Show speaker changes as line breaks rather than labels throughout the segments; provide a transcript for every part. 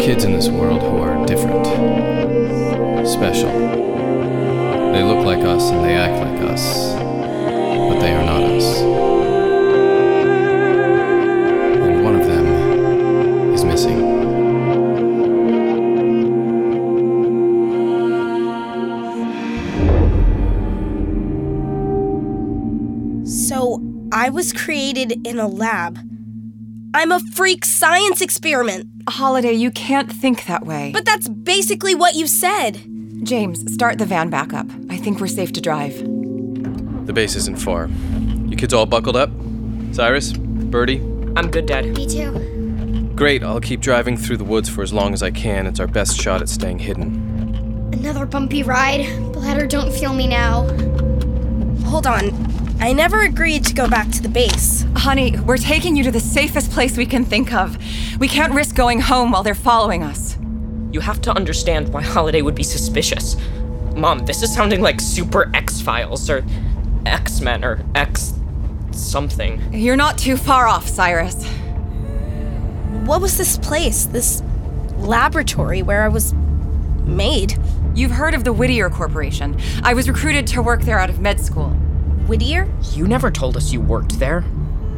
kids in this world who are different, special. They look like us and they act like us, but they are not us. And one of them is missing.
So, I was created in a lab. I'm a freak science experiment.
Holiday, you can't think that way.
But that's basically what you said.
James, start the van back up. I think we're safe to drive.
The base isn't far. You kids all buckled up? Cyrus? Birdie?
I'm good, Dad.
Me too.
Great, I'll keep driving through the woods for as long as I can. It's our best shot at staying hidden.
Another bumpy ride. Bladder, don't feel me now.
Hold on. I never agreed to go back to the base.
Honey, we're taking you to the safest place we can think of. We can't risk going home while they're following us.
You have to understand why Holiday would be suspicious. Mom, this is sounding like Super X Files or X Men or X something.
You're not too far off, Cyrus.
What was this place? This laboratory where I was made?
You've heard of the Whittier Corporation. I was recruited to work there out of med school.
Whittier?
You never told us you worked there.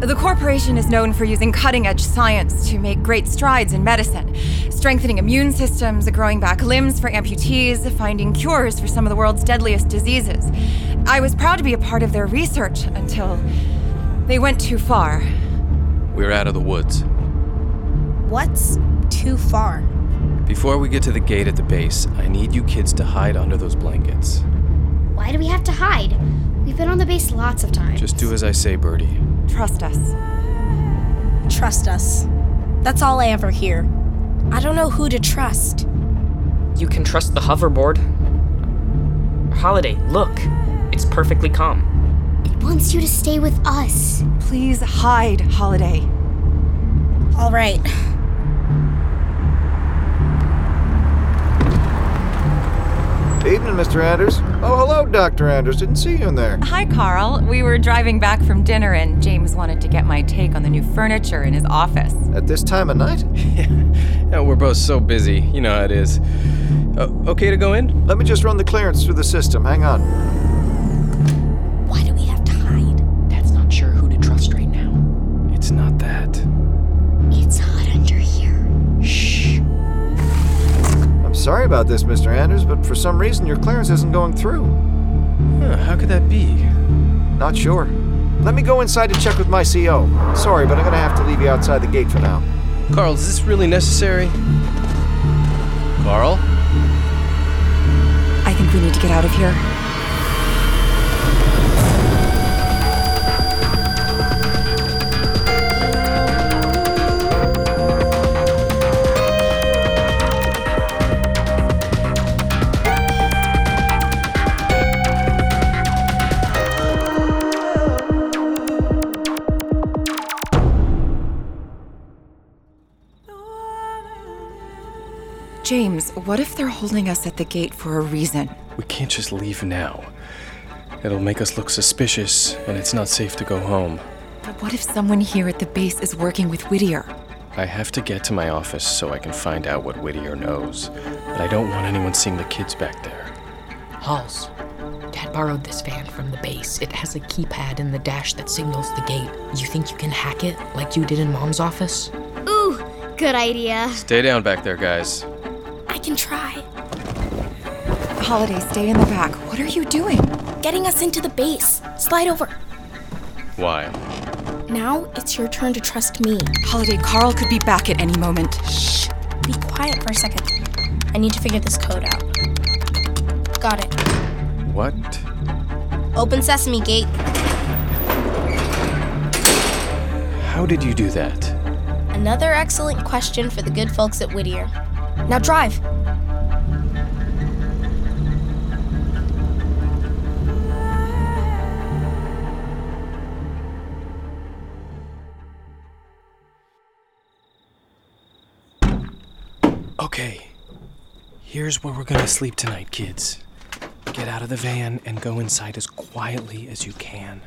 The corporation is known for using cutting edge science to make great strides in medicine, strengthening immune systems, growing back limbs for amputees, finding cures for some of the world's deadliest diseases. I was proud to be a part of their research until they went too far.
We're out of the woods.
What's too far?
Before we get to the gate at the base, I need you kids to hide under those blankets.
Why do we have to hide? We've been on the base lots of times.
Just do as I say, Birdie.
Trust us.
Trust us. That's all I ever hear. I don't know who to trust.
You can trust the hoverboard. Holiday, look. It's perfectly calm.
It wants you to stay with us.
Please hide, Holiday.
All right.
Evening, Mr. Anders. Oh, hello, Dr. Anders. Didn't see you in there.
Hi, Carl. We were driving back from dinner, and James wanted to get my take on the new furniture in his office.
At this time of night?
Yeah, we're both so busy. You know how it is. Uh, okay to go in?
Let me just run the clearance through the system. Hang on.
Why do we have to hide?
Dad's not sure who to trust right now.
It's not that.
It's hot under here.
I'm sorry about this, Mr. Anders, but for some reason your clearance isn't going through.
Huh, how could that be?
Not sure. Let me go inside to check with my CO. Sorry, but I'm gonna have to leave you outside the gate for now.
Carl, is this really necessary? Carl?
I think we need to get out of here. James, what if they're holding us at the gate for a reason?
We can't just leave now. It'll make us look suspicious, and it's not safe to go home.
But what if someone here at the base is working with Whittier?
I have to get to my office so I can find out what Whittier knows, but I don't want anyone seeing the kids back there.
Halls. Dad borrowed this van from the base. It has a keypad in the dash that signals the gate. You think you can hack it like you did in Mom's office?
Ooh, good idea.
Stay down back there, guys.
I can try.
Holiday, stay in the back. What are you doing?
Getting us into the base. Slide over.
Why?
Now it's your turn to trust me.
Holiday, Carl could be back at any moment.
Shh. Be quiet for a second. I need to figure this code out. Got it.
What?
Open Sesame Gate.
How did you do that?
Another excellent question for the good folks at Whittier. Now drive.
Okay. Here's where we're gonna sleep tonight, kids. Get out of the van and go inside as quietly as you can.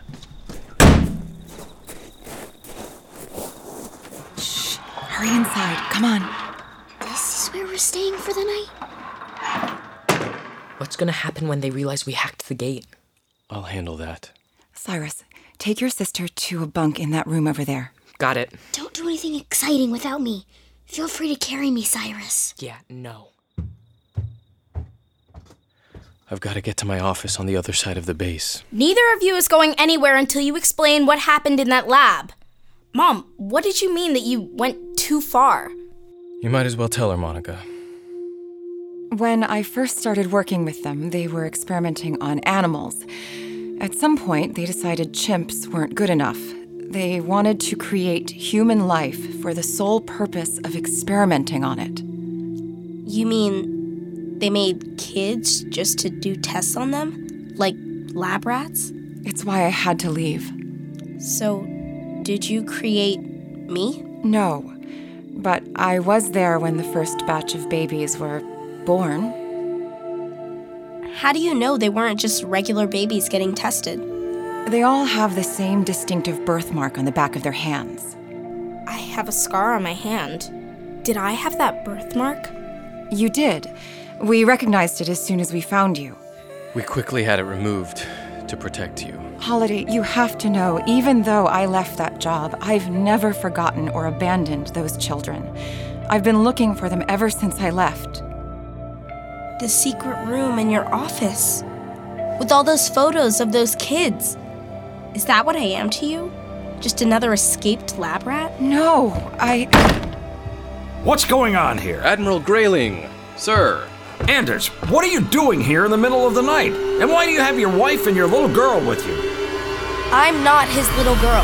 Hurry inside. Come on.
This is where we're staying for the night?
What's gonna happen when they realize we hacked the gate?
I'll handle that.
Cyrus, take your sister to a bunk in that room over there.
Got it.
Don't do anything exciting without me. Feel free to carry me, Cyrus.
Yeah, no.
I've got to get to my office on the other side of the base.
Neither of you is going anywhere until you explain what happened in that lab. Mom, what did you mean that you went too far?
You might as well tell her, Monica.
When I first started working with them, they were experimenting on animals. At some point, they decided chimps weren't good enough. They wanted to create human life for the sole purpose of experimenting on it.
You mean they made kids just to do tests on them? Like lab rats?
It's why I had to leave.
So, did you create me?
No, but I was there when the first batch of babies were born.
How do you know they weren't just regular babies getting tested?
They all have the same distinctive birthmark on the back of their hands.
I have a scar on my hand. Did I have that birthmark?
You did. We recognized it as soon as we found you.
We quickly had it removed to protect you.
Holiday, you have to know, even though I left that job, I've never forgotten or abandoned those children. I've been looking for them ever since I left.
The secret room in your office, with all those photos of those kids. Is that what I am to you? Just another escaped lab rat?
No, I.
What's going on here?
Admiral Grayling, sir.
Anders, what are you doing here in the middle of the night? And why do you have your wife and your little girl with you?
I'm not his little girl.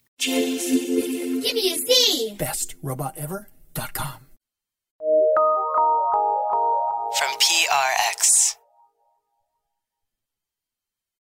Give me a Z.
bestrobotever.com.
From PRX.